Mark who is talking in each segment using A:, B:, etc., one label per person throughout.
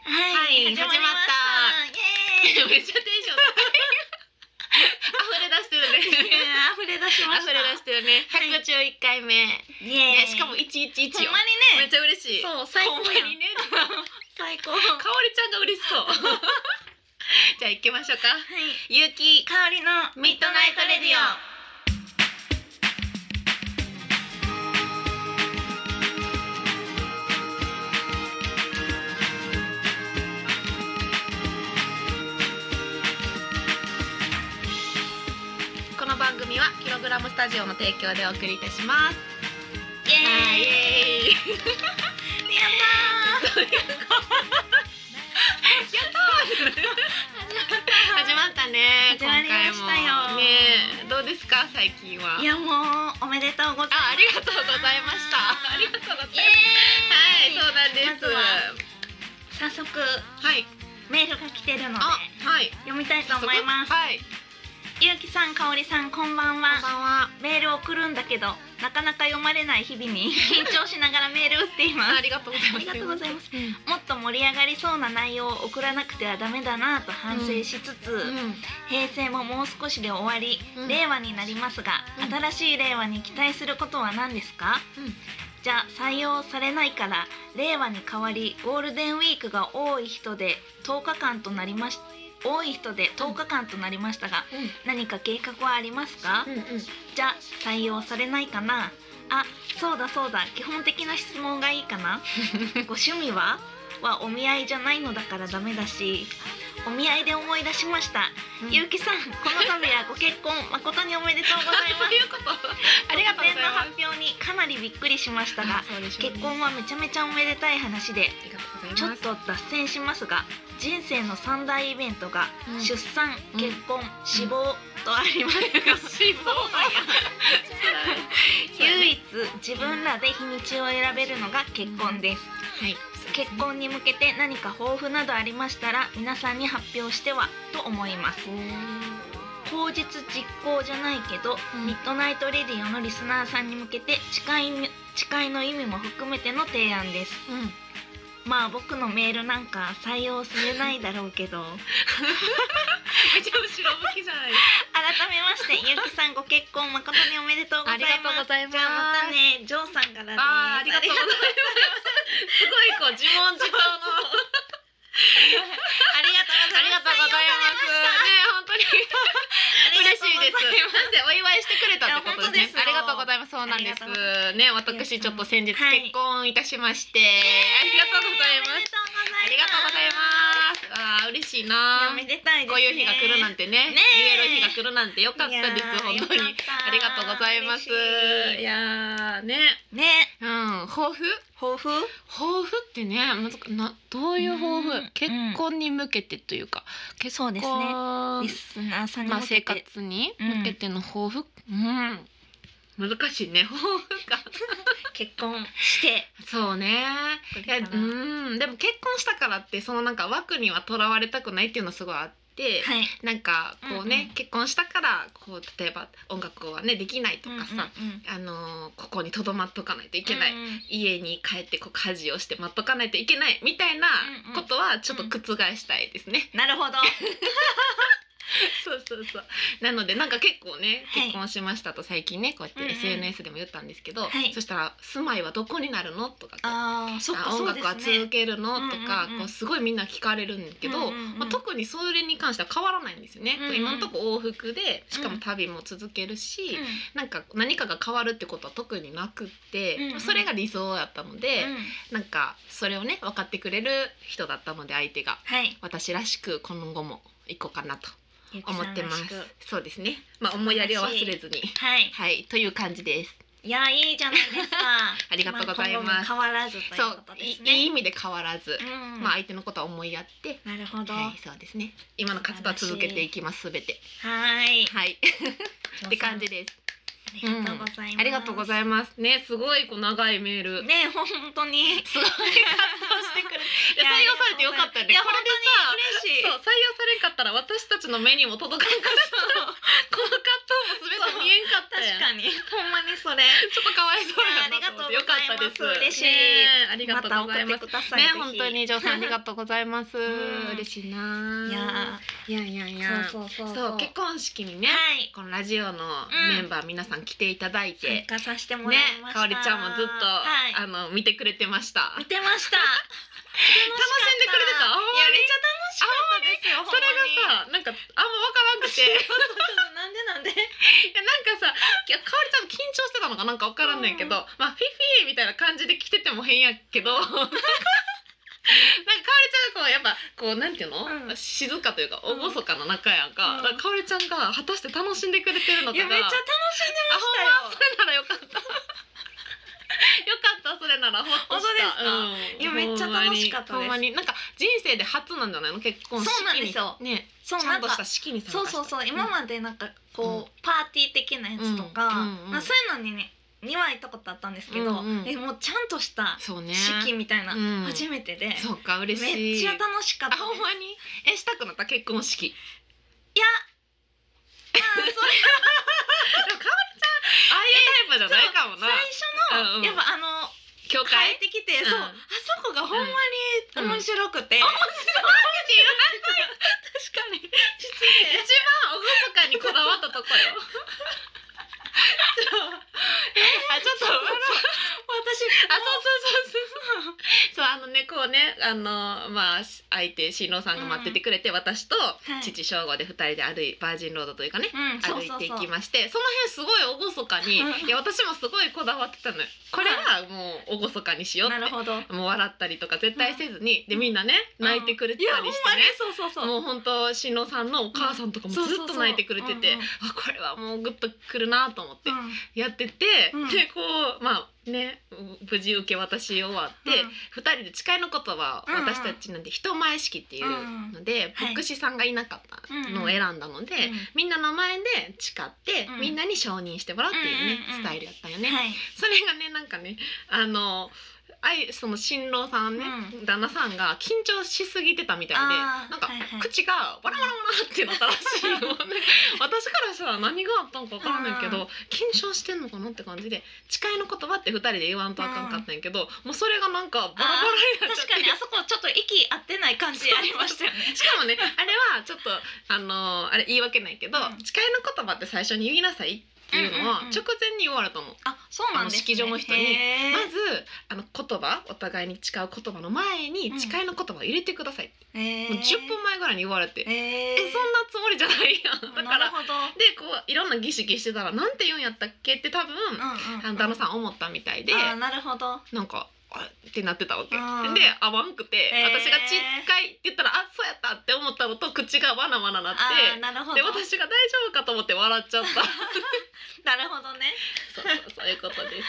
A: イエ
B: イ始まった
A: ーイ
B: めっちゃテンション高い 溢れ出してるね
A: いや溢れ出しました
B: 溢れ出してるね
A: はい
B: 151回目、
A: イエーイ
B: ねしかも111
A: ほん
B: よ
A: ま
B: め
A: に
B: っ
A: ね
B: ちゃ嬉しい
A: そう最高
B: ほんま
A: やん
B: にね
A: 最高
B: かおり
A: は
B: ちゃんが嬉しそう じゃあ行きましょうか
A: い
B: ゆうき
A: 香りのミッドナイトレディオ
B: この番組はキログラムスタジオの提供でお送りいたします
A: イ
B: は
A: エーイ
B: いイエーイ
A: やったー
B: やったー始まったね
A: 始まりましたよ
B: 今回もねえどうですか最近はい
A: やもうおめでとうございます
B: あありがとうございましたありがとうございますはい
A: イエーイ
B: そうなんです、
A: まずは早速
B: はい
A: メールが来てるので
B: あはい
A: 読みたいと思います
B: はい
A: ゆうきさんかおりさんこんばんは
B: こんばんは
A: メールを送るんだけどなかなか読まれない日々に緊張しながらメールを打っています
B: ありがとうございます
A: ありがとうございます
B: うんうん
A: もっと盛り上がりそうな内容を送らなくてはダメだなぁと反省しつつ、平成ももう少しで終わり、
B: うん
A: 令和になりますが、
B: うん
A: 新しい令和に期待することは何ですか
B: うん
A: じゃあ採用されないから令和に代わりゴールデンウィークが多い人で10日間となりまし多い人で10日間となりましたが、何か計画はありますか、
B: うんうんうん
A: じゃあ採用されないかなあそうだそうだ基本的な質問がいいか なご趣味ははお見合いじゃないのだからダメだしお見合いで思い出しました、
B: うん
A: ゆうきさんこの度はご結婚誠におめでとうござい
B: あ
A: ま
B: そう
A: す
B: いうこと ありがとうございます
A: 突然の発表にかなりびっくりしましたが
B: そうでしょうね
A: 結婚はめちゃめちゃおめでたい話で
B: ありがとうございます
A: ちょっと脱線しますが人生の三大イベントが、
B: うん
A: 出産
B: うん
A: 結婚、死亡とありますが、
B: 死亡
A: 唯一自分らで日にちを選べるのが結婚です
B: はい
A: 結婚に向けて何か抱負などありましたら皆さんに発表してはと思います口実実行じゃないけど、
B: うん
A: ミッドナイトレディオのリスナーさんに向けて誓いみ誓いの意味も含めての提案です
B: うん
A: まあ僕のメールなんか採用されないだろうけど
B: めちゃ後ろ向きじゃない
A: 改めましてゆうきさんご結婚誠におめでとうございます
B: ありがとうございま
A: じ
B: す
A: ゃあまたねジョーさんからです
B: あーありがとうございますすごいこう自問自答の
A: ありがとうござ
B: あ
A: い
B: り
A: ま
B: が
A: す。
B: とうございます。ね、本当に嬉しいです。マジでお祝いしてくれたってことですね。
A: い
B: あり
A: や
B: がと
A: 本
B: う
A: 当
B: ご
A: で
B: ざいます。そうなんで
A: あ
B: す
A: りがとうござ。
B: ね、私ちょっと先日
A: はい
B: 結婚いたしまして、
A: あ
B: ありがとうございます。ありがとうございます。あー、嬉しいな。
A: おめでたいです、ね。
B: こういう日が来るなん
A: て。
B: てね、
A: ね
B: 言える日が来るなんて良かったです。本当に。ありがとうございます。い
A: ね、
B: やーね、うん、抱負。
A: 抱負？
B: 抱負ってね、むずかな、どういう抱負、
A: うん
B: 結婚に向けてというか。結
A: そうですね
B: 婚
A: リスナーさんに
B: まあ
A: 向
B: 生
A: けて、
B: 活に
A: うん
B: 向けての抱負、うん、難しいね抱 負か
A: 結婚して。
B: そうねいや
A: これから
B: うんでも結婚したからってそのなんか枠にはとらわれたくないっていうのはすごいあって、
A: はい。
B: なんかこうね、
A: うんうん
B: 結婚したからこう例えば音楽はねできないとかさ、
A: うんうんうん
B: あのーここにとどまっとかないといけない、
A: うんうん
B: 家に帰ってこう家事をして待っとかないといけないみたいな
A: うんうん
B: ことはちょっと覆したいですね。
A: なるほ ど。
B: そうそうそうなのでなんか結構ね
A: はい
B: 結婚しましたと最近ねこうやっ
A: うんうん
B: て SNS でも言ったんですけど、
A: はい
B: そしたら「住まいはどこになるの?」とかこう
A: ああ、そっか
B: あ
A: そ
B: 音
A: うで
B: 楽は
A: すね
B: 続。けるの?」と
A: う
B: か、
A: んうんうん
B: こうすごいみんな聞かれるんだけど、
A: うんうんうん
B: まあ、特にそれに関しては変わらないんですよね。
A: うんうん
B: 今のとこ往復でしか
A: う
B: も
A: ん
B: 旅も続けるし、
A: うん
B: なんか何かが変わるってことは特になくって、
A: うんうん
B: それが理想やったので、
A: うん
B: なんかそれをね分かってくれる人だったので相手が
A: はい。
B: 私らしく今後も行こうかなと
A: ゆうき
B: 思
A: さん
B: ってま
A: らし
B: す
A: く。
B: そうですね。まあ思いやりを忘れずに。
A: はい。
B: はい、という感じです。
A: いやいいじゃないですか。
B: ありがとうござい
A: あ
B: ます
A: 今後も変わらずという
B: そう
A: こと、です
B: いいい
A: ね。
B: 意味で変わらず、
A: うん
B: まあ相手のことは思いやって。
A: なるほど。
B: はい、そうですね。今の活動は続けていきます。すべて。
A: はい。
B: はい、って感じです。
A: りがとうございます、
B: ありがとうございますねすごいこう長いメール、
A: ねえ本当に
B: すごい活動して くれて
A: いや
B: 採用されてよかったね
A: いや
B: これでさ
A: 嬉しい
B: そう採用されんかったら私たちの目にも届かんかったこの葛藤も全て見えんかった
A: 確
B: やん
A: かにほんまにそれ
B: ちょっとかわいそうやな思って
A: いやありがとうございます
B: よかったです
A: 嬉しい
B: ねえありが
A: ま
B: と
A: た
B: うご
A: 送
B: ざい
A: っ
B: ま
A: て
B: す
A: ください
B: ね
A: ぜひ
B: 本当にジョーさんありがとうござ います
A: ん
B: 嬉しいない
A: や
B: いやいやいや
A: ーそうそうそう
B: そう結婚式にね、
A: はい
B: このラジオのメンバー皆さん来ていただい
A: 参
B: て、
A: 加させてもら
B: ね
A: いまし
B: か
A: た、
B: おりちゃんもずっと、
A: はい
B: あの見てくれてました
A: 見てました 楽
B: 楽しんでくれてたあんま
A: い
B: り
A: やめっちゃ楽しかったですよほん
B: そ
A: ま
B: れ
A: に
B: がさなんかあんまわからんくていや
A: なんでなんで
B: なんかさいやかおりちゃんも緊張してたのかなんかわからんねんけど、
A: う
B: まあフィフィみたいな感じで来てても変や けどなんかかおりちゃんがこうやっぱこうなんていうの、
A: うん
B: 静かというか厳かな仲やんか、
A: うん
B: だからかおりちゃんが果たして楽しんでくれてるの
A: い
B: か
A: や
B: が
A: めっちゃ楽しんでましたよ
B: あほんまそれならよかった。よかったそれならほっとした。
A: 本
B: うん
A: いやめっちゃ楽しかったです
B: ほんまにほんまになんか人生で初なんじゃないの結婚式に。
A: そうなんですよ
B: ね、
A: そう
B: ち
A: な
B: ゃ
A: ん
B: ん
A: か
B: とした式に参加し
A: そ
B: た。
A: うそうそう今までなんかこう、パーティー的なやつとか,、
B: うんうんうん
A: まあ、そういうのにねには行ったことあったんですけど、
B: うんうん
A: えもうちゃんとした
B: そうね。
A: 式みたいな、
B: うん
A: 初めてで
B: そうか
A: め
B: 嬉し
A: っ
B: い。
A: ちゃ楽しかった
B: あ
A: です
B: ほんまにえしたくなった結婚式。
A: いやまあそれ
B: ああいうタイプじゃないかもな。
A: 最初の、
B: うんうん
A: やっぱあの
B: 教
A: 変え
B: 会。
A: てきて、
B: うん
A: そうあそこがほんまに面白くて、
B: 確かに。一番おごそかにこだわったとこよ。あちょっと笑う。あそうそうそうそうそうあのねこうねあのまあし相手新郎さんが待っててくれて、私と
A: い
B: 父正吾で二人で歩いバージンロードというかね
A: 私うん
B: 歩い
A: そうそう
B: てい
A: そう
B: きましてその辺すごい厳か に
A: うん
B: いや私もすごいこだわってたのよこれはもう厳かにしようっ
A: な
B: て
A: るほど
B: もう笑ったりとか絶対せずに、でみんなね
A: うん
B: 泣いてくれた
A: い
B: り
A: や
B: して
A: ほんまに
B: ね、
A: そうそうそう
B: もう本当新郎さんのお母さんとかもず
A: うんそう
B: っ
A: そう
B: と
A: そう
B: 泣いてくれてて、
A: うんうん
B: あこれはもうグッとくるなと思って
A: うん
B: やってて、
A: うん
B: でこうまあね無事受け渡し終わって、
A: うん
B: 二人で誓いの言葉を
A: うんうん
B: 私たちなんて人前式っていうので、
A: うんはい
B: 牧師さんがいなかったのを選んだので、
A: うん
B: みんな名前で誓って、
A: うん
B: みんなに承認してもらうっていうね、
A: うんうんうん
B: スタイルやったよね。
A: はい
B: それがねなんかねあのあいその新郎さんね、
A: う
B: 旦那さんが緊張しすぎてたみたいで
A: あー
B: なんか、
A: はいはい
B: 口がわらわらわらってなったらしい よなんか私からしたら何があったのか分からないけ
A: う
B: ど緊張してんのかなって感じで誓いの言葉って2人で言わんとあかんかったんやけど、もうそれがなんかバラバラになっちゃっ
A: 確か
B: て
A: にあそこちょっと息合ってない感じありましたよね
B: しかもねあれはちょっとあのーあれ言い訳ないけど、
A: うん
B: 誓いの言葉って最初に言いなさいっていうの
A: う
B: は
A: んうんうん
B: 直前に言われたの。
A: あそうなんです、ね、
B: あの式場の人に
A: へー
B: まずあの言葉お互いに誓う言葉の前に
A: うん
B: 誓いの言葉を入れてください、
A: へー
B: もう10分前ぐらいに言われて、え
A: え
B: そんなつもりじゃないやんだか
A: なる
B: ら
A: ほど、
B: でこういろんな儀式してたらなんて言うんやったっけって多分、
A: うんうん
B: あの旦那さん思ったみたいで、
A: あーなるほど
B: なんかあってなってたわけ、
A: うん
B: で合わんくて、
A: えー
B: 私が「ちっかい」って言ったら「あそうやった」って思ったのと口がわなわななっ
A: あー
B: て。
A: なるほど
B: で私が大丈夫かと思って笑っちゃった
A: な るほどね
B: そうそうそういうことで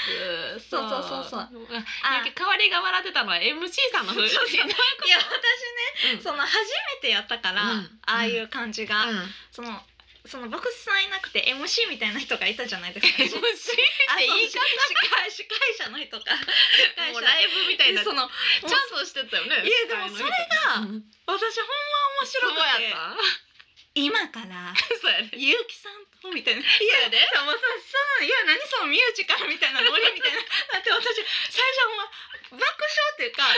B: す
A: そうそうそうそう
B: あ
A: あ
B: なんか代わりが笑ってたのは MC さんの風
A: そうそういや私
B: うん
A: ねその初めてやったから、
B: うん
A: ああいう感じが、
B: うん
A: そのその牧師さんいなくて MC みたいな人がいたじゃないです か
B: MC って言い方
A: あそう司会司会者の人が司会
B: もう
A: 者
B: ライブみたいな
A: でその
B: ちゃんとしてたよね
A: いやでもそれが私
B: 面
A: ほんま面白くて
B: やった
A: 今から
B: そうやね
A: ゆうきさんとみたいな「い
B: やで
A: さまささんいや何そのミュージカルみたいなノリ」みた いなだって私最初ほんま爆笑っていうか「あはは」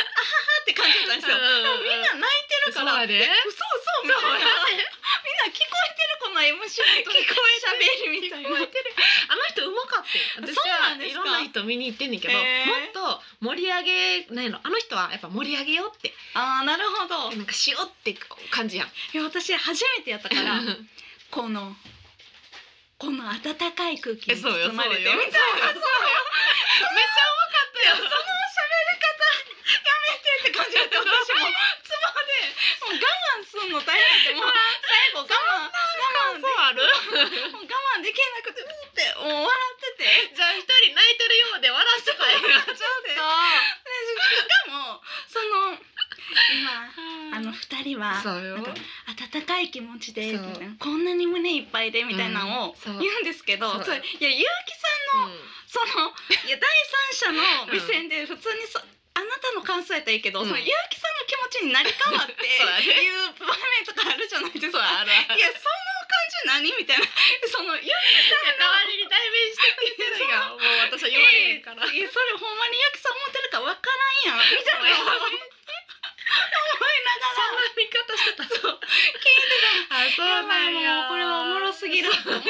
A: って感じだったんですよ。
B: うんうんうん
A: でもみんな泣いてるから
B: そうやで
A: 嘘嘘みたいなみんな聞こえてるこの MC の音
B: 聞こ
A: 喋るみたい
B: 聞こ
A: な
B: えてるあの人うまかったよ私
A: そうな
B: は
A: んで
B: い
A: すか
B: ろんな人見に行ってんねんけど、
A: へー
B: もっと盛り上げないのあの人はやっぱ盛り上げようって
A: あーなるほど
B: なんかしようって感じやん
A: いや私初めてやったか
B: だからら
A: このこの温かい空気
B: え
A: に
B: そう
A: 包
B: よそうよ
A: まれてみたいな
B: そうよめっちゃうまかったよ
A: って感じだ った私もツボでもう我慢すんの大変でもう最後我慢我慢
B: そうある
A: でもう我慢できなくてうってもう笑ってて
B: じゃあ一人泣いてるようで笑って たよ
A: ちょっとしかもその今あの二人は
B: そうよ
A: なんか温かい気持ちでみ
B: そう
A: たいなこんなに胸いっぱいでみたいなのを
B: うんそう
A: 言うんですけど、
B: そう
A: それいや結城さんの、そのいや第三者の目線で普通にそ、あなたの感想やったらいいけど、
B: うん
A: その結城さんの気持ちになり変わって
B: そうだね
A: いう場面とかあるじゃないです
B: そう
A: か。
B: あるあ
A: い
B: る
A: やその感じ何みたい なそのゆ
B: 代わりに代弁してくれてるやんもう私は言われへんから
A: いやそれほんまにゆきさん思ってるかわからんやんみたいな思い
B: そ
A: ながら
B: んな見方してたそう聞い てたあそう
A: やば
B: ないん
A: も
B: や
A: うこれはおもろすぎると 思って
B: ち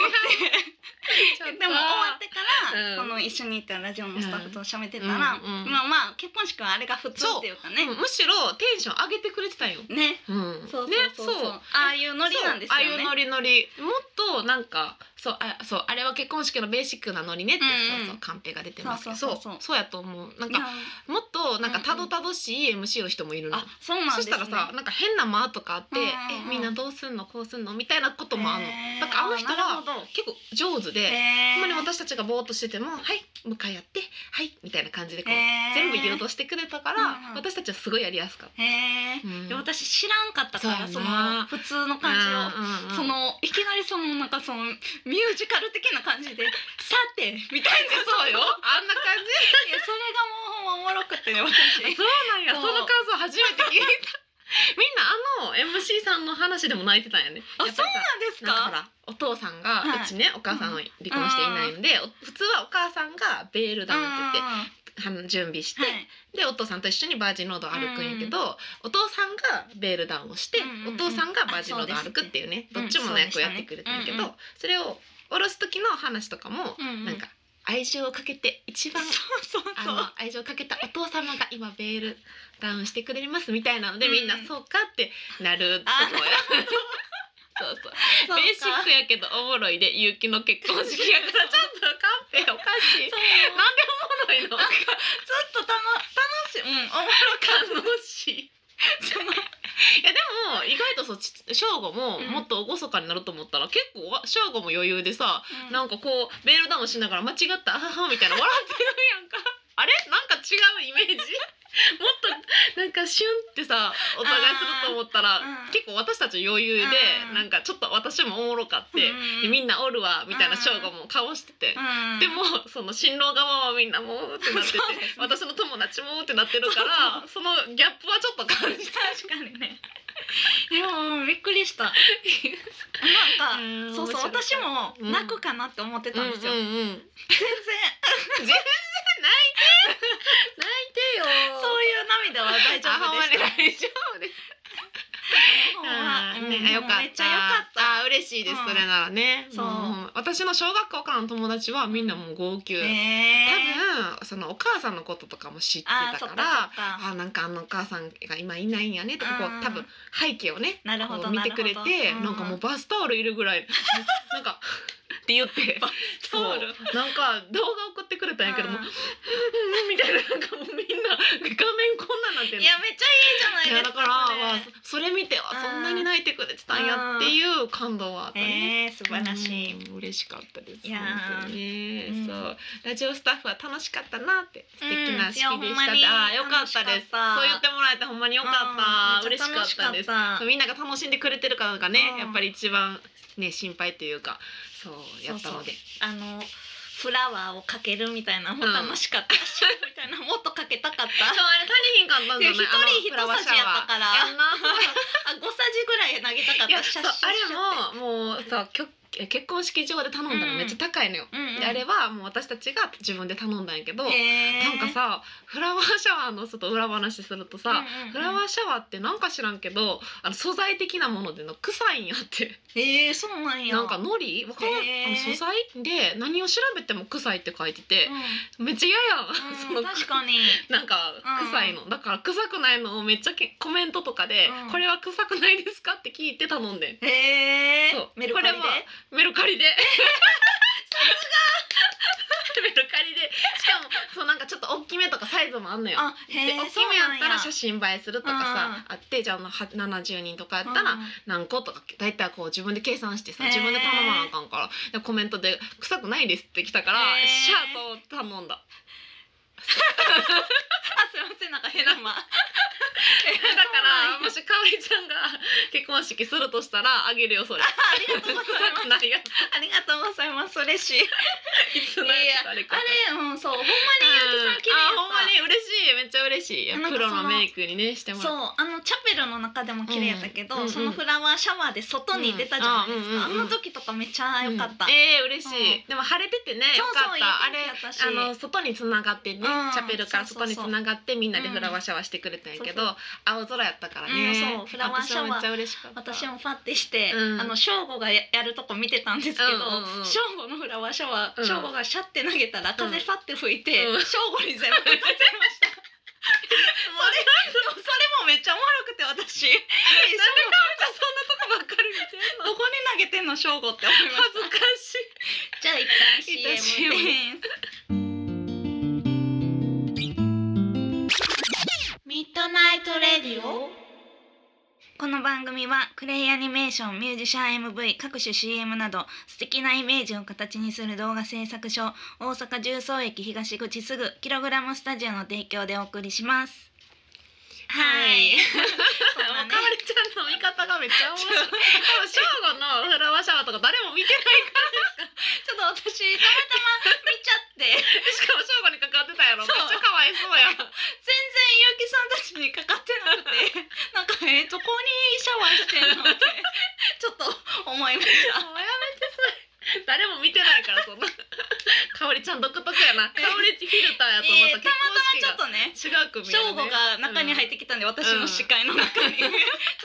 B: ょっと
A: でも終わってから、
B: うん
A: この一緒に行ったラジオのスタッフと喋ってたら、
B: うんうんうん
A: まあまあ結婚式はあれが普通っていうかね
B: うんむしろテンション上げてくれてたんよ
A: ね
B: うん
A: そう
B: ね
A: そうそうそう、ああいうノリなんですよね
B: そうああいうノリノリもっとなんかそうあそうあれは結婚式のベーシックなノリねって、
A: うんうん
B: そうそうカンペが出てますけど
A: そ
B: そうう
A: そ
B: そう
A: そ
B: う
A: うそう
B: やと思うなん
A: いや
B: かもっとなんかたどたどしい MC の人もいるの、
A: あそうなん
B: そ
A: です
B: し
A: ね
B: たらさなんか変な間とかあって、
A: うんうんうん
B: えみんなどうすんのこうすんのみたいなこともあるの、
A: へー
B: だからあの人
A: なるほ
B: は
A: ど
B: 結構上手で、
A: へー
B: ほんまに私たちがぼーっとしてても「はい向かい合ってはい」みたいな感じでこう、
A: へー
B: 全部言おうとしてくれたから、
A: うんうん
B: 私たちはすごいやりやすかった。
A: へえ、
B: うん
A: で私知らんかったからそ
B: そうや
A: の
B: な
A: 普通の感じを、
B: うんうんうん
A: そのいきなりそのなんかそのミュージカル的な感じで 「さて」みたいな
B: そうよあんな感じ
A: いやそれがもうほんまおもろくてね私
B: そうなんや
A: そ
B: そうの感想初めて聞いたみんなあの MC さんの話でも泣いてたんやね
A: あ
B: やっぱりさ
A: なんです
B: なんかほらお父さんが、
A: はいう
B: ちねお母さんを離婚していないんで、お普通はお母さんがベールダウンって言ってはん準備して、
A: はい
B: でお父さんと一緒にバージンロードを歩くんやけど、お父さんがベールダウンをして、
A: うんうんうん
B: お父さんがバージンロードを歩くっていうね
A: あそう
B: どっ
A: です
B: ち
A: ね
B: もの役をやってくれたんやけ
A: う
B: ど、
A: んそう
B: それを下ろす時の話とかも、
A: うんうん
B: なんか愛情をかけて一番
A: そうそう
B: あ
A: そう
B: の愛情をかけたお父様が今ベールダウンしてくれますみたいなので、
A: うん
B: みんなそうかってなるとこや。そうそう
A: そうか
B: ベーシックやけどおもろいで結城の結婚式や からちょっとカンペおかしい
A: そ
B: な
A: うん
B: でおも
A: ちょ
B: ろいの
A: っとたの楽しいうんおもろ
B: 楽し い
A: その
B: いやでも意外とそうち正午も
A: うん
B: もっと厳かになると思ったら、結構わ正午も余裕でさ、なんかこうベールダウンしながら間違ったあははみたいな笑ってるやんかあれなんか違う イメージもっとなんかシュンってさお互いすると思ったら
A: あーうん
B: 結構私たち余裕で
A: うん
B: なんかちょっと私もおもろかって、でみんなおるわみたいな正午も顔してて。
A: うん
B: でもその新郎側はみんなもうってなってて、
A: そうですね
B: 私の友達もってなってる からそのギャップはちょっと感じた
A: 確かにねいやもうびっくりしたなんか
B: うん
A: そうそう
B: 面
A: 私
B: 白か
A: も
B: うん
A: 泣くかなって思って
B: った
A: たんですよ
B: うん
A: 全
B: うんうん、泣い
A: 然そうい
B: てよ
A: う涙は大丈夫でし
B: あほんま
A: た
B: に大丈夫です
A: ほんま
B: あーね
A: うん
B: よかった
A: めっちゃよかった
B: あー嬉しいで
A: う
B: す、
A: ん
B: それならね
A: そう
B: もう私の小学校からの友達はみんなもう号泣、
A: ね
B: 多分そのお母さんのこととかも知って
A: あーそ
B: た
A: っ
B: か
A: からそっ
B: あ
A: か
B: ーなんかあのお母さんが今いないんやねとかこ
A: うん
B: う多分背景をね
A: なるほど
B: こう見てくれて
A: なるほどうん
B: なんかもうバスタオルいるぐらい なんかって言って
A: バ
B: ス
A: タオル
B: なんか動画送ってくれたんやけども
A: うん
B: うんみたいななんかもうみんな画面こんなんなってる
A: いやめっちゃいい
B: い
A: じゃな
B: や
A: いで
B: だ
A: す
B: か
A: からそれ
B: まあそれ見てはそんなに泣いてくれてたんやっていう感動はあったね。
A: えー、素晴らしい。
B: うん嬉しかったです。
A: いやー
B: 本当にね、
A: うん
B: そうラジオスタッフは楽しかったなって素敵な式
A: うんいやほん
B: でし
A: ま
B: たっ
A: に
B: て。ああーよかったです
A: 楽しかった
B: そう言ってもらえてほんまによかった、
A: うんめっち
B: 嬉
A: ゃ
B: しかったです。
A: 楽し
B: そ
A: か
B: うみんなが楽しんでくれてるかがね、
A: うん
B: やっぱり一番ね心配というかそうやったので
A: あのフラワーをかけるみたいなも楽しかったし、みたいなもっとかけたかっ
B: そう
A: た。
B: あれ足りひんかったんじゃな
A: い
B: い
A: や一人
B: あのフラワー
A: 一
B: シャワー
A: さじやったから
B: やんな
A: あ五さじぐらい投げたかった。
B: いや
A: シ
B: そ
A: ャ
B: う
A: ッシャッシャッ
B: あれももうさきょ結婚式場で頼んだ
A: う
B: ら
A: ん
B: めっちゃ高いのよ、
A: うんうん
B: であれはもう私たちが自分で頼んだんやけ
A: へ
B: ど、
A: ー
B: なんかさフラワーシャワーのちょっと裏話するとさ、
A: うんうんうん
B: フラワーシャワーってなんか知らんけどあの素材的なものでの臭いんやって
A: えー、そうなんや。
B: なんかのりわからん、
A: へー
B: あの素材で何を調べても臭いって書いてて
A: うん、、
B: めっちゃ嫌やん、
A: うん、
B: その
A: 確かに。
B: なんか臭いの、だから臭くないのをめっちゃけコメントとかで、
A: うん
B: これは臭くないですかって聞いて頼んでん
A: え
B: そう
A: ー、メルカリで
B: これはメルカリで。 メルカリでしかもそうなんかちょっと大きめとかサイズもあんのよ。
A: あ、
B: で
A: へ
B: 大
A: ー、
B: きめやったら写
A: 真
B: 真映えするとかさあってじゃああのは70人とかやったら何個とか大体こう自分で計算してさ
A: へー
B: 自分で頼まなあかんからでコメントで「臭くないです」って来たから
A: へー
B: シャーと頼んだ。
A: あ、すいませんなんか変な ま
B: だ からもしかおりちゃんが結婚式するとしたらあげるよ それ。
A: ありがとうございます
B: 臭くないやつ
A: ありがとうございます嬉しい
B: いつのやつかあれか。
A: あれうんそうほんまに
B: うん
A: ゆうきさん綺麗やった
B: あほんまに嬉しいめっちゃ嬉しい
A: なんか
B: プロ
A: そ
B: の
A: の
B: メイクにねしても
A: そ
B: らっ
A: うあのチャペルの中でも綺麗やったけど、
B: うんうんうん
A: そのフラワーシャワーで外に出たじゃないですか、
B: うんうんうんうん
A: あの時とかめっちゃ
B: た
A: 良かった、
B: うんえー、嬉しい、でも晴れててねよ
A: そう
B: か
A: そう
B: っ
A: いい
B: たあ
A: 天気
B: れ
A: やったし
B: あの外につながってね、
A: うん
B: チャペルから
A: そうそ
B: 外
A: うそう
B: につながってみんなでフラワーシャワーしてくれたんやけど、
A: うん
B: 青空やったからね、
A: うんそうフラワーシャワー
B: 私はめっちゃ嬉しかった
A: 私もファってして、
B: うん
A: あの正吾がややるとこ見てたんですけ
B: うんうんう
A: ど
B: ん
A: 正吾、のフラワーシャワ
B: う
A: ー
B: ん
A: 正吾、がシャって投げたら風ファって吹いて
B: うん
A: 正吾、に全部吹かれましたそれでもそれもめっちゃおもろくて私え
B: じゃあそんなとこばっかり見てん
A: 正吾どこに投げてんの正吾って思いま
B: 恥ず
A: し
B: かしい
A: たじゃあ一旦
B: 一旦
A: CM です
C: ミッドナイトレディオ
A: この番組はクレイアニメーションミュージシャン MV 各種 CM など素敵なイメージを形にする動画制作所大阪重曹駅東口すぐキログラムスタジオの提供でお送りします はいそ
B: か
A: うだ
B: お
A: ね
B: かわりちゃんの見方がめっちゃ面白い多分正午のフラワーシャワーとか誰も見てない
A: ちょっと私たまたま見ちゃって全然
B: しかも正午にかかってたやろめっ
A: そう
B: ちゃかわいそ うやん
A: 結城さんたちにかかってなくてなんかえー、どこにシャワーしてんのってちょっと思いました
B: もうやめてそれ誰も見てないから そんなかおりちゃん独特やなかおりフィルターやと思
A: えー、
B: った
A: たまたまちょっ
B: 結
A: とね
B: 婚式が違う組
A: 正
B: や
A: 吾
B: ね
A: が中に入ってきたんで、私の視界の中に、ちょ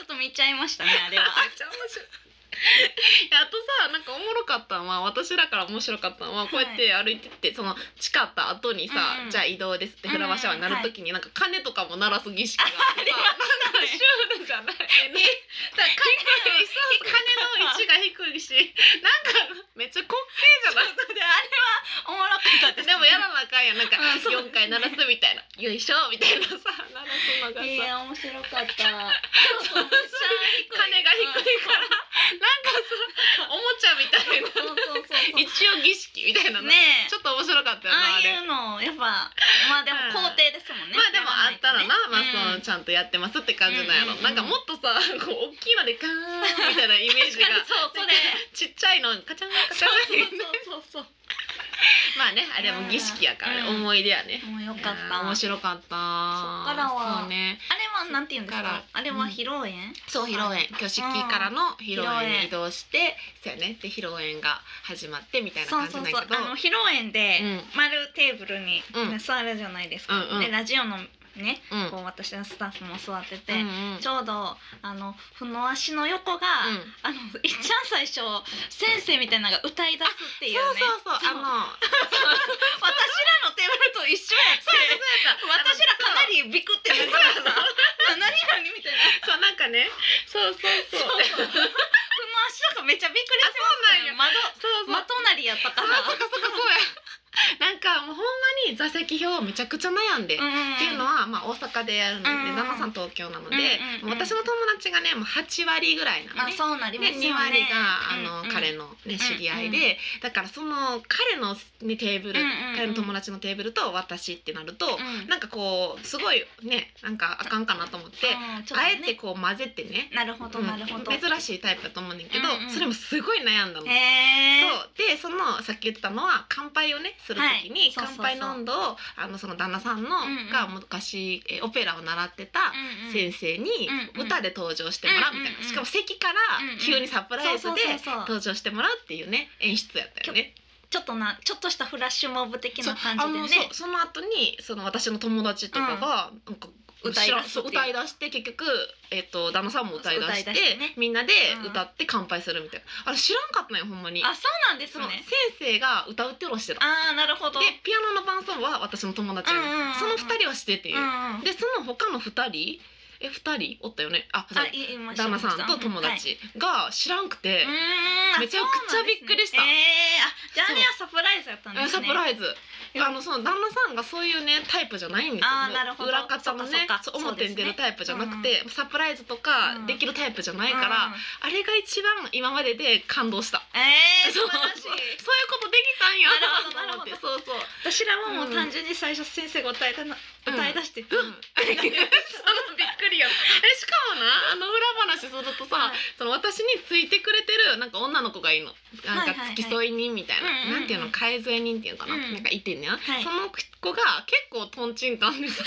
A: っと見ちゃいましたねあれは
B: めっちゃ面白いいやあとさなんかおもろかったのは私らから面白かったのはこうやって歩いてってその誓った後にさ、
A: うんうん
B: じゃあ移動ですってフラワーシャワーになる時になんか鐘とかも鳴らす儀式があってさ、なんかシュールじゃない、ね、だから鐘の位置が低いしなんかめっちゃ滑稽じゃない
A: であれはおもろかったです
B: でもやらなあかんやんなんか
A: うんそう
B: 4回鳴らすみたいな「よいしょ」みたいなさ鳴らすのがさ、
A: いや面白かったそう
B: めっち金が低いから、なんかさおもちゃみたい
A: そう
B: な
A: そうそう
B: 一応儀式みたいなの、
A: ねえ
B: ちょっと面白かったよな
A: ああ
B: あれ
A: いうのやっぱまあでも工程ですもんね、
B: まあでもあったらな、まあその
A: う
B: ちゃんとやってますって感じなんやろ、
A: うんうんうん
B: なんかもっとさこう大きいのでカーンみたいなイメージ
A: 確か
B: が
A: に そうそれ
B: ちっちゃいのカチャン カチ
A: そ
B: ャン
A: うそうそうそう
B: まあねあれも儀式やから、
A: うん
B: 思い出やね、
A: もうよかっ
B: いや
A: た
B: ー面白かった
A: そっからは
B: そうね
A: あれはなんて言うんですか
B: から
A: あれは披露宴、
B: そう披露宴挙式からの披露
A: 披露
B: 宴
A: 宴
B: に移動してそうやねで披露宴が始まってみたいな
A: そう
B: 感じ
A: そ
B: なん
A: う
B: や
A: そう
B: けど
A: あの披露宴で
B: うん
A: 丸テーブルに
B: うん
A: 座るじゃないですか、
B: うんうん
A: でラジオのね
B: うん
A: こう私のスタッフも座ってて、
B: うんうん
A: ちょうどあのふの足の横が、
B: うん
A: あのいっちゃん最初先生みたいなのが歌い出すっていうね
B: そうそうそうあ
A: そう
B: の
A: 私らのテーブルと一緒やって私らかなりビクってなったからさ 何何みたいな
B: そうなんかねそうそうそう
A: ふの
B: そう
A: 足とかめっちゃびっくりしてましたよ
B: そう
A: 窓真隣やったから、
B: そうそうそうやなんかもうほんまに座席表めちゃくちゃ悩んで、っていうのは、まあ、大阪でやるので、
A: うんうん
B: 旦那さん東京なので、
A: うんうんうん
B: 私の友達がねもう8割ぐらいなの
A: まあ
B: ね。
A: そうなりま
B: です
A: よね
B: 2割があの、彼
A: の
B: の、ね、知り合いで、
A: うんう
B: だからその彼の、ね、テーブル、
A: うんうんうん
B: 彼の友達のテーブルと私ってなると、なんかこうすごいねなんかあかんかなと思って、あえてこう混ぜてね
A: なるほどなるほど、
B: うん珍しいタイプだと思うねんだけど、
A: うんうん
B: それもすごい悩んだの。
A: へー
B: そうでそのさっき言ってたのは乾杯をねする時
A: はい
B: に、
A: そうそうそう
B: 乾杯の温度をあのその旦那さんの、
A: うんうん
B: が昔えーオペラを習ってた
A: うんうん
B: 先生に
A: うんうん
B: 歌で登場してもらうみた
A: う
B: いな、
A: んうんうん
B: しかも席から急にサプライ
A: そ
B: ズで
A: うそうそうそう
B: 登場してもらうっていうね演出やったよね。
A: ちょっとなちょっとしたフラッシュモブ的
B: そ
A: な
B: う
A: 感
B: あ
A: じで
B: の
A: ね
B: そうその後にその私の友達とかが、なんか
A: 歌い
B: 知らん
A: 出すっていう
B: 歌い出して結局、えっと旦那さんも歌い出し
A: 歌
B: て
A: い出してね
B: みんなで
A: うん
B: 歌って乾杯するみたいな、あれ知らんかったのよほんまに。
A: あそうなんです
B: その先
A: ね
B: 生が歌うっていうのをしてた。
A: ああなるほど
B: でピアノの伴奏は私の友達やね、
A: うんうんうんうん
B: その二人はしてて、
A: うんうん
B: でその他の二人え二人おったよねあそう
A: あいいました
B: 旦那さんと友達が知らんくて、
A: はい
B: めちゃくちゃびっくりした
A: うーんあそうなんですねえーあじゃああれはサプライズやったん
B: え
A: です
B: サ
A: ね
B: プライズやあのその旦那さんがそういうねタイプじゃないんですよ
A: あー
B: もう
A: なるほど
B: 裏方の
A: そっ
B: ね
A: かそ
B: そ
A: っ
B: う
A: かそうです
B: 表
A: ね
B: に出るタイプじゃなくて、サプライズとかできるタイプじゃないから、
A: うん
B: あれが一番今までで感動した
A: えー、素
B: そう
A: 晴らしい
B: そういうことできたんや
A: なる
B: と
A: ほど
B: 思って
A: なる
B: そうそう
A: 私らはもううん単純に最初先生が歌えたな、
B: うん
A: 歌い出して、
B: うんそのびっくりよえしかもなあの裏話するとさ、
A: はい
B: その私についてくれてるなんか女の子がいいのなんか
A: はいはいはい
B: 付き添い人みたいな、
A: うんうんうん
B: なんていうの改善人っていうのかな、
A: うん
B: なんかいてんねや、
A: はい
B: その子が結構とんちんかん でさ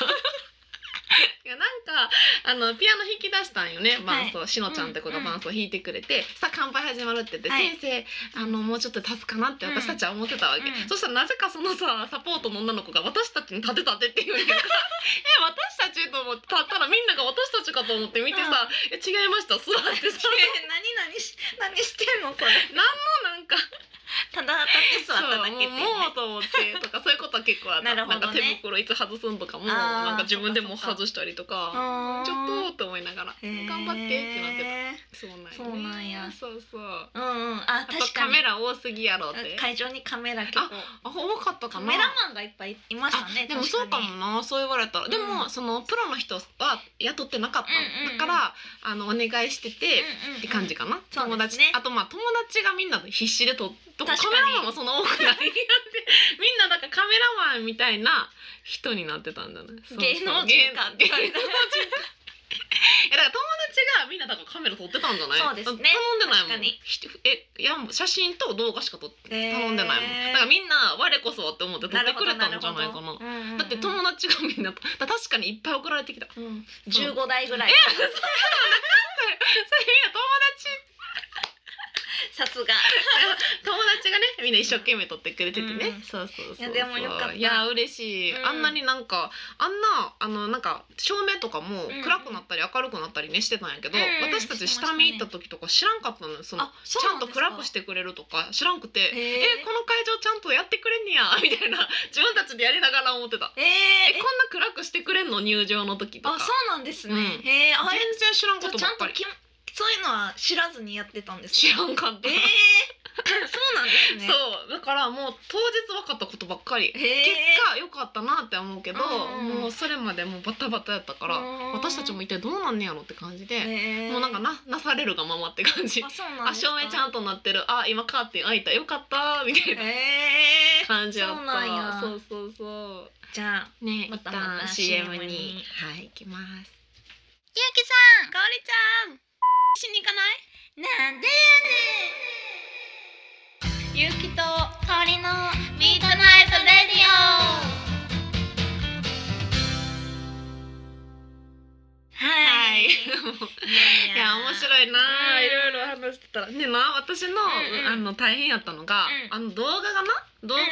B: いやなんかあのピアノ弾き出したんよね伴奏、しのちゃんって子が
A: うんうん
B: 伴奏弾いてくれて、さあ乾杯始まるって言って、
A: はい
B: 先生あのもうちょっと立つかなって私たちは思ってたわけ、
A: うん
B: そしたらなぜかそのさサポートの女の子が私たちに立てたてっていうね んかえ私たちと思って立ったらみんなが私たちかと思って見てさ「え 違いました座って
A: え
B: さ
A: ー、何何し何してんのこれ
B: もうなんか
A: ただ立って座っただけっていう
B: そう
A: ね
B: もうもうと思って とかそういうことは結構あっ
A: な
B: た
A: るほどね
B: んか手袋いつ外すんとかも
A: あー
B: なんか自分でも
A: そっかそっか
B: 外したりとか
A: あー
B: ちょっとって思いながら
A: へー
B: 頑張ってってなってたそうなんや,、
A: そうなんや
B: そうそうあ
A: うんうんあ
B: と
A: 確か
B: カ
A: に
B: メラ多すぎやろって
A: 会場にカメラ結構
B: あ多かったか
A: カ
B: な
A: メラマンがいっぱいいましたね
B: でもそうかもなそう言われたらでも、
A: うん
B: そのプロの人は雇ってなかったの、
A: うんうんうん
B: だからあのお願いしてて、って感じ
A: か
B: かな、
A: そう
B: 友
A: です
B: 達、
A: ね
B: あとまあ友達がみんな必死で撮ってカメ
A: 確かに
B: ラマンもその多くない みんななんかカメラマンみたいな人になってたんだねそうそう
A: 芸能人か
B: 芸芸能人 かいやだから友達がみんなだからカメラ撮ってたんじゃない
A: そうですね
B: 頼んでない
A: 確か
B: もん
A: に
B: ひえいやもう写真と動画しか撮って頼んでないもん、だから
A: ん
B: みんな我こそって思って撮ってくれたんじゃないかなだって友達がみんなとだから確かにいっぱい送られてきたそれみんな
A: 十 五台ぐらいさすが
B: 友友達がねみんな一生懸命撮ってくれててね、
A: うん
B: そうそう
A: い
B: そう
A: やでもよかった
B: いや嬉しい、
A: うん
B: あんなになんかあんなあのなんか照明とかも
A: んうん
B: 暗くなったり明るくなったりねしてたんやけど、
A: うんうん
B: 私たち下見行った時とか知らんかったのよその
A: あ
B: ちゃんと暗くしててくれるとか知らんくて
A: え
B: えこの会場ちゃんとやってくれんねやみたいな 自分たちでやりながら思ってた。
A: え
B: え
A: え
B: こんな暗くしてくれんの入場の時とか
A: あそうなんですねへえあ
B: 全然知らんこと
A: ち
B: ば
A: ゃ
B: っ
A: んと
B: かり
A: そういうのは知らずにやってたんです
B: 知らんかった、
A: え そうなんですね
B: そうだからもう当日分かったことばっかり結果良かったなって思うけど、
A: うんうん
B: もうそれまでもうバタバタやったから私たちも一体どうなんねやろって感じで、もうなんかななされるがままって感じ
A: あそうなん
B: あ照明ちゃんとなってるあ今カーテン開いたよかったみたいな
A: ええ
B: 感じやった
A: そうなんや
B: そうそうそ
A: じゃあ
B: うね
A: また
B: 一旦
A: また
B: CM に
A: CM に
B: はい行きます
A: ゆうきさんかおりちゃんしに行かないなんでやねんゆうきとかおりのミートナイトレディオはい
B: いや面
A: い
B: 白いなあ、
A: うん
B: いろいろ話してたらねな私の,、
A: うんうん
B: あの大変やったのが、
A: うん
B: あの動画がな動画が、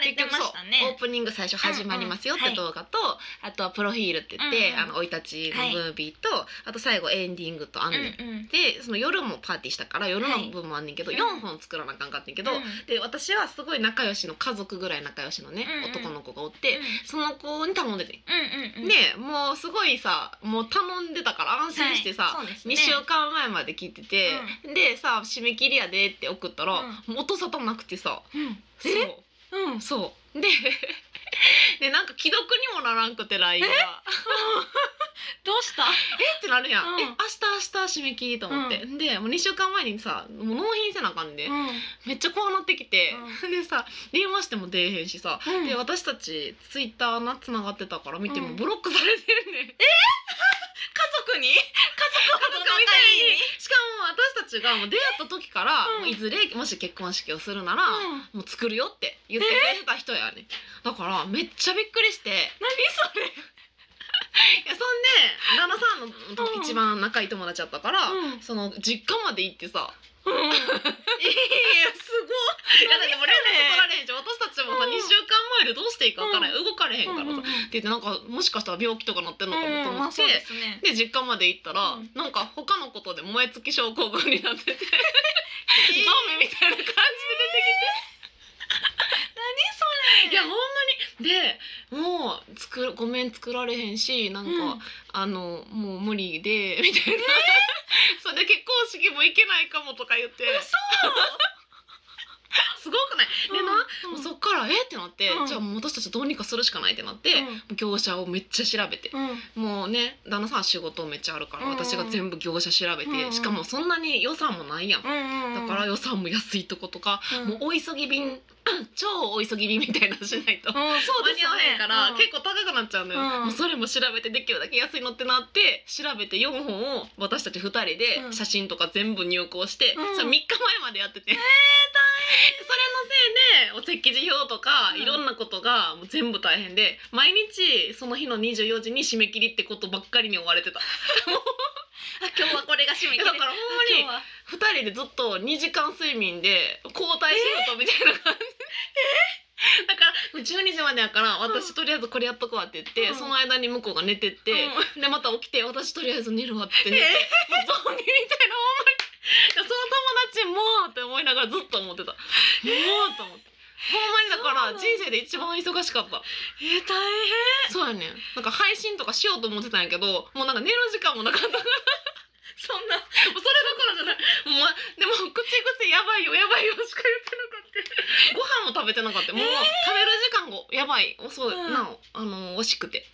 A: 流れて
B: 結局
A: ま
B: そう
A: したね
B: オープニング最初始まりますよっ
A: うんう
B: て
A: ん
B: 動画と、あとはプロフィールって言っ
A: う
B: て、
A: んうん
B: あの生い立ちのムービーと、あと最後エンディングとアニメ、
A: うんうん
B: でその夜もパーティーしたから夜の分もあんねんけど、
A: はい
B: 4本作らなあかんかってんけど、
A: うん
B: で私はすごい仲良しの家族ぐらい仲良しのね、
A: うんうん
B: 男の子がおって、その子に頼んでてん、
A: うんうんうん
B: でもうすごいさもう頼んでたから安心してさ、
A: はいそうですね
B: 2週間前まで聞いてて、でさ締め切りやでって送ったら、もう音沙汰なくてさ
A: うん
B: そううんそうで でなんか既読にもならんくて LINE が
A: どうした
B: えってなるやん、
A: うん
B: え明日明日締め切りと思って、でもう2週間前にさもう納品せなあかんで、めっちゃ怖なってきて、でさ電話しても出えへんしさ、
A: うん
B: で私たちツイッターなつながってたから見て
A: う
B: も
A: ん
B: ブロックされてんねん、
A: 家族に家族
B: 家族みたいにしかも私たちがもう出会った時から、
A: うん
B: もういずれもし結婚式をするなら、
A: うん
B: もう作るよって言ってくれてた人やね、だからめっちゃびっくりして
A: 何それ
B: いやそんで旦那さん
A: うん
B: の一番仲いい友達やったから、
A: うん
B: その実家まで行ってさ
A: うん、いやす
B: いやだってもう連絡取ら
A: ご
B: れへんじゃん私たちもさ、
A: うん
B: 2週間前でどうしていいか分からへん、動かれへんからさ、
A: い
B: って言ってなんかもしかしたら病気とかなってんのかもと思って、
A: すね
B: で実家まで行ったら、
A: うん
B: なんか他のことで燃え尽き症候群にな ってて、ゾンビみたいな感じで出てきて、いやほんまにでもう作るごめん作られへんしなんか、
A: うん
B: あのもう無理でみたいな、 それで結婚式も行けないかもとか言って
A: 嘘
B: すごくないでな、
A: うん
B: もうそっからえってなって、
A: うん
B: じゃあもう私たちどうにかするしかないってなって、業者をめっちゃ調べて
A: うんうん
B: もうね旦那さんは仕事めっちゃあるから、
A: うんうん
B: 私が全部業者調べて、
A: うんうん
B: しかもそんなに予算もないやん、
A: うんうん
B: だから予算も安いとことか、
A: うん
B: もうお急ぎ便 超お急ぎ便みたいなのしないと。
A: うんそう
B: 間
A: です
B: に合
A: よ
B: わへ
A: ね
B: んから、
A: うん
B: 結構高くなっちゃうのよ、
A: うん
B: もうそれも調べてできるだけ安いのってなって調べて4本を私たち2人
A: う
B: で
A: ん
B: 写真とか全部入稿して、
A: うん
B: それ3日前までやってて、それのせいでお席次表とか
A: うん
B: いろんなことがもう全部大変で毎日その日の24時に締め切りってことばっかりに追われてた
A: あ今日はこれが趣味
B: だからほんまに
A: 今日は
B: 2人でずっと2時間睡眠で交代仕事みたいな感じ、だから12時までやから私とりあえずこれやっとくわって言って、
A: うん
B: その間に向こうが寝てって、でまた起きて私とりあえず寝るわって
A: え
B: 寝て、
A: ー
B: もうゾンビみたいな ほんまにその友達もうって思いながらずっと思ってたもうと思って。ほんまにだから人生で一番忙しかった
A: えー大変
B: そうやねんなんか配信とかしようと思ってたんやけどもうなんか寝る時間もなかった
A: そんな
B: もうそれどころじゃない。もうでも口癖やばいよやばいよしか言ってなかった。ご飯も食べてなかった。もう食べる時間がやばい遅い、
A: うん
B: なおあの惜しくて。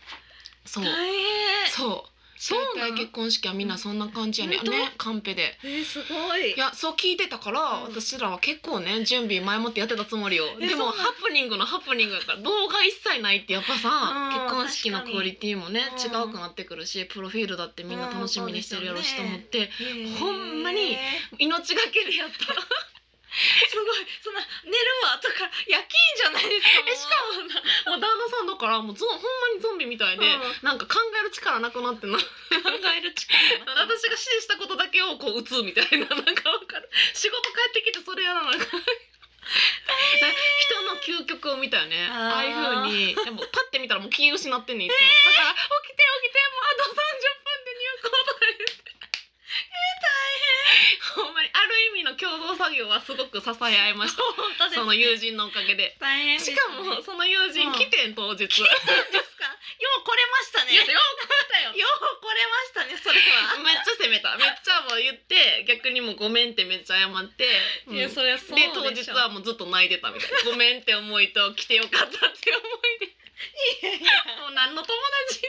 B: そう
A: 大変
B: そう。
A: そ
B: そうう
A: なん
B: 結婚式はみんなそんな感じやね。
A: 本当
B: ねカンペで。
A: えーすごい
B: いやそう聞いてたから、
A: うん
B: 私らは結構ね準備前もってやってたつもりよ
A: え
B: でも
A: そうなの
B: ハプニングのハプニングやから動画一切ないってやっぱさ、
A: うん
B: 結婚式の
A: 確かに
B: クオリティもね、
A: う
B: 違
A: ん
B: うくなってくるしプロフィールだってみんな楽しみにしてるやろしと思って、ほんま
A: え
B: に
A: ー
B: 命がけでやった。
A: すごいそんな寝るわとか夜勤じゃないですか
B: えしかも なもう旦那さんだからもうゾンほんまにゾンビみたいで、
A: うん
B: なんか考える力なくなってな
A: も考える力
B: 私が指示したことだけをこう打つみたいななんかわかる仕事帰ってきてそれやらなあかん人の究極を見たよねああ
A: あ
B: いう
A: ー
B: 風にでもパッて見たらもう気失ってんねんいつも、 だから起きて起きてもうあと30分で入校とか言ってえ大変ほんまにある意味の共同作業はすごく支え合いました
A: 本当です
B: その友人のおかげ で
A: 大変です
B: し
A: ね
B: かもその友人来てん当 日、
A: ですかよう来れましたね
B: いやよ
A: う来たよよう来れましたねそれは
B: めっちゃ責めためっちゃもう言って逆にもうごめんってめっちゃ謝って、うんで
A: りゃそ
B: 当日はもうずっと泣いてたみた いなごめんって思いと来てよかったっていう思いでもう何の友達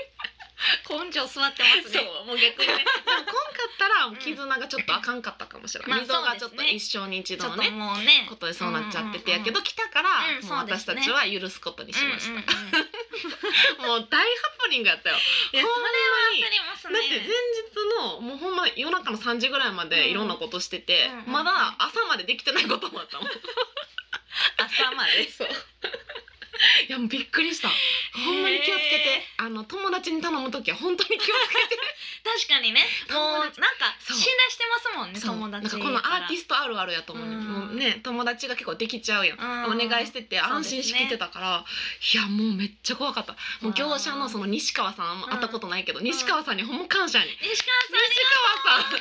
A: 根性座ってますね
B: そうもう逆に ねでもこんかったらもう絆がちょっとあかんかったかもしれない、
A: まあ
B: 溝がち
A: そ
B: ょ
A: うです
B: っと
A: ね
B: 一生に一
A: ちょ
B: 度
A: っ
B: の
A: と
B: ね
A: もうね
B: ことでそうなっちゃってて、
A: うんうんうん
B: やけど来たから、
A: うん
B: もう
A: そうです
B: 私
A: ね
B: たちは許すことにしまし
A: う
B: た、
A: んうんうんい
B: もう大ハプニングやったよ
A: やそれは
B: ほんまに
A: 焦ります
B: だ
A: ね
B: って前日のもうほんま夜中の3時ぐらいま
A: うん
B: でいろんなことしてて、
A: うんうん
B: まだ朝までできてないこともあったもん
A: 朝まで
B: そう いやもうびっくりしたほんまに気をつけて
A: へ
B: あの友達に頼む時は本当に気をつけて
A: 確かにねもうなん
B: 友
A: か
B: 達そう
A: 信頼してますもんね
B: そう
A: 友達
B: なんかこのアーティ
A: ス
B: ストあるあるやと思う,、ね
A: うん
B: もうね友達が結構できちゃうやん、
A: うん
B: お願いしてて安心しきってたから、いやもうめっちゃ怖かったもう業者のその西川さんも会ったことないけど、西川さんにほんま感謝に
A: 西川さん
B: 西川さん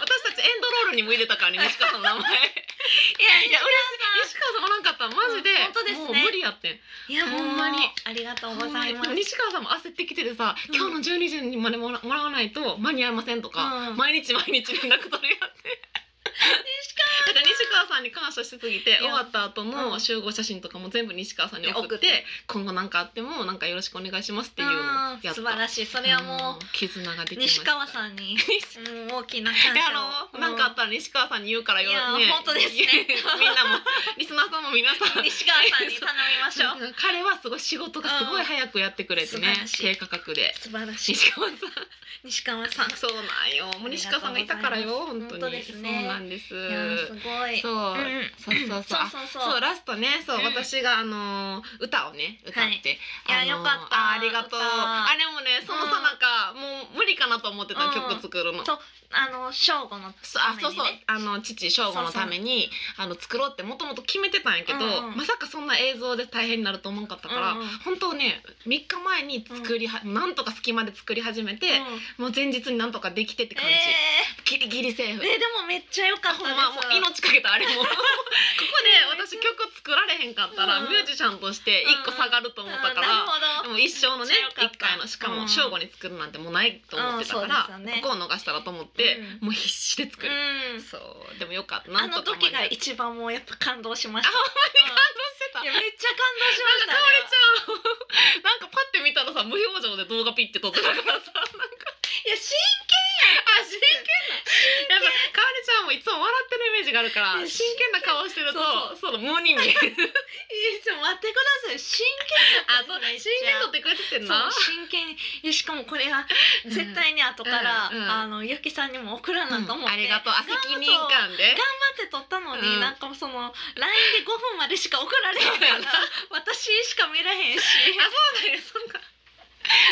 B: 私たちエンドロールにも入れたからね西川さんの名前
A: いやいや
B: 西川さんおらんかったらマジで,、
A: うん本当ですね
B: もう無理やってん
A: いや
B: ほんまに
A: もうありがとうございます
B: ほんまにでも西川さんも焦ってきててさ、
A: うん
B: 今日の12時にまでもらもらわないと間に合いませんとか、
A: うん
B: 毎日毎日連絡取り合ってだから西川さんに感謝しすぎて
A: いや
B: 終わった後
A: う
B: の
A: ん
B: 集合写真とかも全部西川さんに送って
A: 送って
B: 今後何かあってもなんかよろしくお願いしますっていうのを
A: うん
B: やった
A: 素晴らしいそれはも
B: ん絆ができ
A: う
B: ました
A: 西川さんにうん大きな感謝
B: であ
A: を
B: の、なんかあったら西川さんに言うからよ、
A: いや本当ですね
B: みんなも、リスナーさんも皆さん。
A: 西川さんに頼みましょう
B: 彼はすごい仕事がすごい早くやってくれてね
A: うん素晴ら、しい
B: 低価格で。
A: 素晴らしい
B: 西川さん。
A: 西川さん
B: そうなんよ、もう西川さんがいたからよ、
A: ありが
B: 本
A: と
B: 当
A: うござい
B: に。
A: ます
B: そうなんです。
A: いやーすごい
B: そう、
A: うんうん
B: そうそうそう。あ
A: そうそう
B: そ
A: そう
B: うラストねそう、
A: うん
B: 私があのー歌をね歌って、
A: はいいや
B: あのー
A: よかった
B: あーありがとう
A: 歌
B: あれもねそのさ
A: うん
B: なんか、もう無理かなと思ってた、
A: うん
B: 曲作るの
A: そうあの正吾の
B: そうあ
A: ため
B: そう
A: に
B: そう
A: ね
B: あの父翔吾のためにあの作ろうってもともと決めてたんやけど、
A: うんうん
B: まさかそんな映像で大変になると思わんかったから、
A: うんうん
B: 本当ね3日前に作りは、なんとか隙間で作り始めて、
A: うん
B: もう前日になんとかできてって感じ、
A: え
B: ギリギリセー
A: ー
B: フ。
A: えーでもめっちゃ良かった
B: ほ
A: で
B: ん
A: す
B: まもう命かけたあれ もここで私曲作られへんかったら、
A: うん
B: ミュージシャンとして一個下がると思った
A: なる
B: から、
A: ほど
B: でも一生のね
A: めっちゃ良かった
B: 一回のしか
A: う
B: も
A: ん
B: 正午に作るなんてもうないと思ってたか
A: うんそう
B: ら、
A: ですよね
B: ここを逃したらと思って、
A: う
B: もう必死で作る、
A: うん
B: そうでもよかった
A: あ
B: なん
A: の
B: とか
A: 時が
B: 一
A: 一番もうやっぱ感動しました
B: あ
A: うん
B: 感動して た
A: いやめっちゃ感動しました
B: か
A: ね
B: おりちゃんなんかパッて見たらさ無表情で動画ピッて撮ってたからさなんか
A: いやし
B: あ真剣なやっぱかおりちゃんもいつも笑ってるイメージがあるから
A: いや
B: 真剣な顔してると
A: そ
B: その無に見える
A: いやちょっと待ってください真剣
B: あ
A: だ
B: と
A: ったねめっち
B: 真剣
A: ゃ
B: 撮ってくれてて
A: そ
B: ん
A: う
B: な
A: 真剣にいやしかもこれは絶対に後から、
B: うんうん
A: あのゆきさんにも送らなと思って、
B: ありがとうあ責任感で
A: 頑張って撮ったのに、
B: うん
A: なんかその LINE で5分までしか送られへんから
B: そうやな
A: 私しか見れへんし
B: あそうだよそう か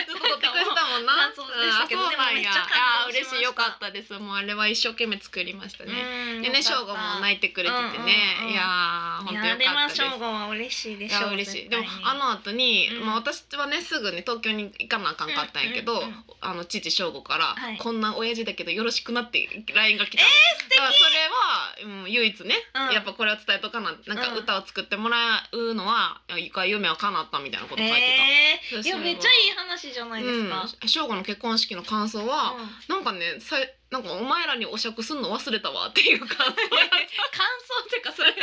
B: ずっと撮ってくれてたもんな
A: なんかもう感想でしたけど
B: うんあそうな
A: でもめ
B: ん
A: っ
B: や
A: ちゃ
B: あ
A: 感動しま
B: 嬉
A: した
B: しいよかったですもうあれは一生懸命作りましたね、
A: うん
B: でね、しょうごも泣いてくれててね、
A: うんうんうん
B: いやー、本当
A: や
B: よ
A: れ
B: か
A: は
B: った
A: しょう
B: で。
A: ごは嬉しいです
B: い
A: しょ
B: や
A: う
B: 嬉しい
A: 絶
B: で
A: 対
B: も
A: に
B: あの後に、
A: うん
B: まあ私はねすぐね東京に行かなあかんかったんやけど、
A: うんうんうん
B: あの父翔吾から、
A: はい
B: こんな親父だけどよろしくなって LINE が来たの、だからそれは、うん、唯一ね、
A: うん
B: やっぱこれを伝えとかななんか
A: うん
B: 歌を作ってもらうのは一回夢は叶ったみたいなこと書いて
A: え
B: た、
A: ー、い
B: そ
A: や
B: う
A: めっちゃいい話じゃないですか、
B: うん、翔吾の結婚式の感想は、
A: うん
B: なんかねさなんかお前らにお酌すんの忘れたわっていう感想やった
A: 感想っていうかそれなん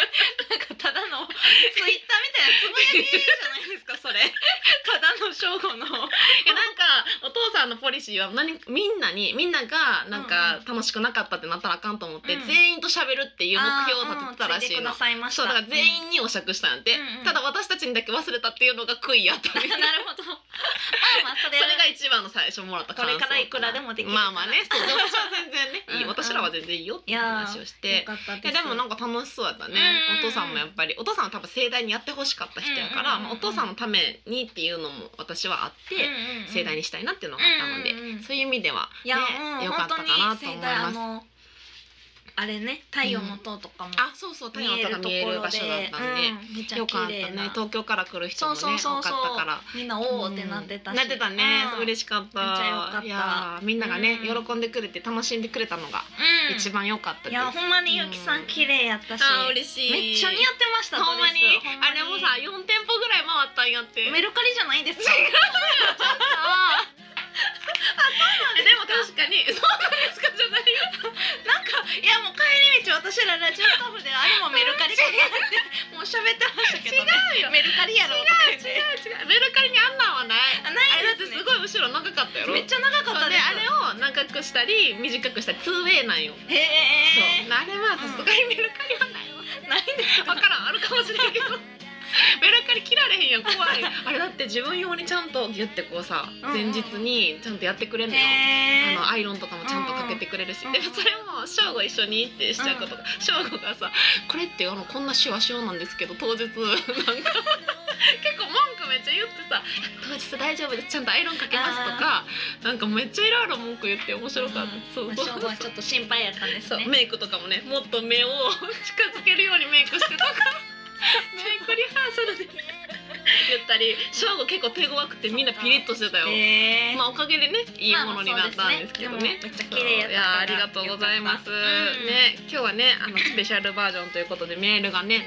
A: かただのツイッターみたいなつぶやきじゃないですかそれただの正午の
B: いやなんかお父さんのポリシーは何みんなにみんながなん
A: うん
B: か楽しくなかったってなったらあかんと思って、
A: うん
B: 全員と喋るっていう目標を立ててたらしいの。
A: あーうんつてくださいました
B: そうだから
A: 員、
B: 全員にお釈したんやって、
A: うんうん
B: ただ私たちにだけ忘れたっていうのが悔いやったみたい
A: うん
B: な。
A: なるほどまあまあそ
B: それ
A: れ
B: が一番の最初もらった感想
A: これからいくらでもできるか
B: ま
A: ら
B: あまあねそう私は全 然ねいい
A: うんうん
B: 私らは全然いいよっていう話をして
A: よかった
B: い
A: で
B: や
A: す
B: でもなんか楽しそうやったね、
A: うんうんうん
B: お父さんもやっぱりお父さんは多分盛大にやってほしかった人やか
A: う
B: ら、
A: んうんうんうん
B: まあお父さんのためにっていうのも私はあって、
A: うんうんうん
B: 盛大にしたいなっていうのがあったので、
A: うんうんうん
B: そういう意味では、
A: い
B: ね
A: や、うん
B: よかったかなと思い
A: 本当に盛大あ
B: ます。
A: のあれね太陽の塔とかも、
B: あ、そうそう、太陽とか見える場所だったんで、
A: うん、めっちゃ
B: よかった
A: 綺
B: ね
A: 麗な。
B: 東京から来る人もね、
A: そうそうそうそう
B: 多かったから。
A: みんなおおってなってたし、
B: なってたね、
A: うん
B: 嬉しかった。
A: めっちゃよかった
B: いやーみんながね、
A: うん
B: 喜んでくれて楽しんでくれたのが
A: うん
B: 一番良かったです。
A: いやほんまにゆきさん綺麗やったし、
B: あー嬉しい。
A: めっちゃ似合ってました
B: ほんまに
A: ドレスほんま
B: あれもさ、四店舗ぐらい回ったんやって。
A: メルカリじゃないですか
B: あでも確かに そうなんですかじゃないよ。
A: なんかいやもう帰り道私らラジオトークであれもメルカリかなってもう喋ってましたけどね
B: 違うよ
A: メルカリやろ
B: 違う違う。メルカリにあんなんはない。
A: あな
B: あれだ
A: い
B: っ
A: で
B: て
A: す
B: す
A: ね
B: ごい後ろ長かったやろ。
A: めっちゃ長かっ
B: そ
A: た
B: うで
A: です
B: あれを長くしたり短くしたり 2way なんよ。
A: へ
B: そう
A: え
B: あれはさすがにメルカリはないわ。
A: ないんです
B: わからんあるかもしれんけど。メルカリ切られへんやん怖い。あれだって自分用にちゃんとギュってこうさ
A: うんうん
B: 前日にちゃんとやってくれんのよ。
A: へえ
B: あのアイロンとかもちゃんとかけてくれるし、
A: うん
B: でもそれも翔吾一緒に行ってしちゃうことが翔吾がさ「これってあのこんなシワシワなんですけど 当日なんか結構文句めっちゃ言ってさ「当日大丈夫ですちゃんとアイロンかけます」とかなんかめっちゃいろいろ文句言って面白かった、そう
A: ま
B: そう
A: あしょうがちょっと心配やったんです
B: そう
A: ね
B: メイクとかもねもっと目を近づけるようにメイクしてと かメイクリハーサルで言ったり翔吾結構手強くてみんなピリッとしてたよ。
A: へえ
B: まあおかげでねいいものになったんですけどね。
A: まあまあそうですねでもめっちゃ綺麗やった
B: いやありがとうございます。
A: よかったうん
B: ね今日はねあのスペシャルバージョンということでメールがね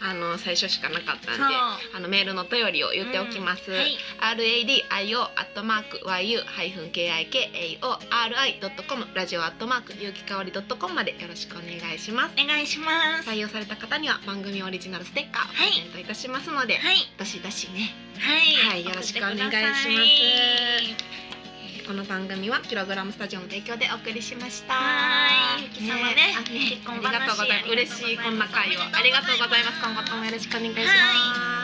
B: あの最初しかなかったん
A: うん
B: で。あのメールのお便りを言っておきます。
A: うんはい
B: R A D I O アットマーク Y U ハイフン K I K A O R I ドットコムラジオアットマーク有機香りドットコムまでよろしくお願いします。
A: お願いします
B: 採用された方には番組オリジナルステッカーをプ
A: はい
B: レゼントいたしますので、
A: はい
B: どしどしね。
A: はい、
B: はいよろしくお願いしますえーこの番組はキログラムスタジオの提供でお送りしました。
A: はーいゆきさまね
B: あ
A: 結婚話
B: ありがとうございます。嬉しいこんな会をありがとうございます。今後ともよろしくお願いします。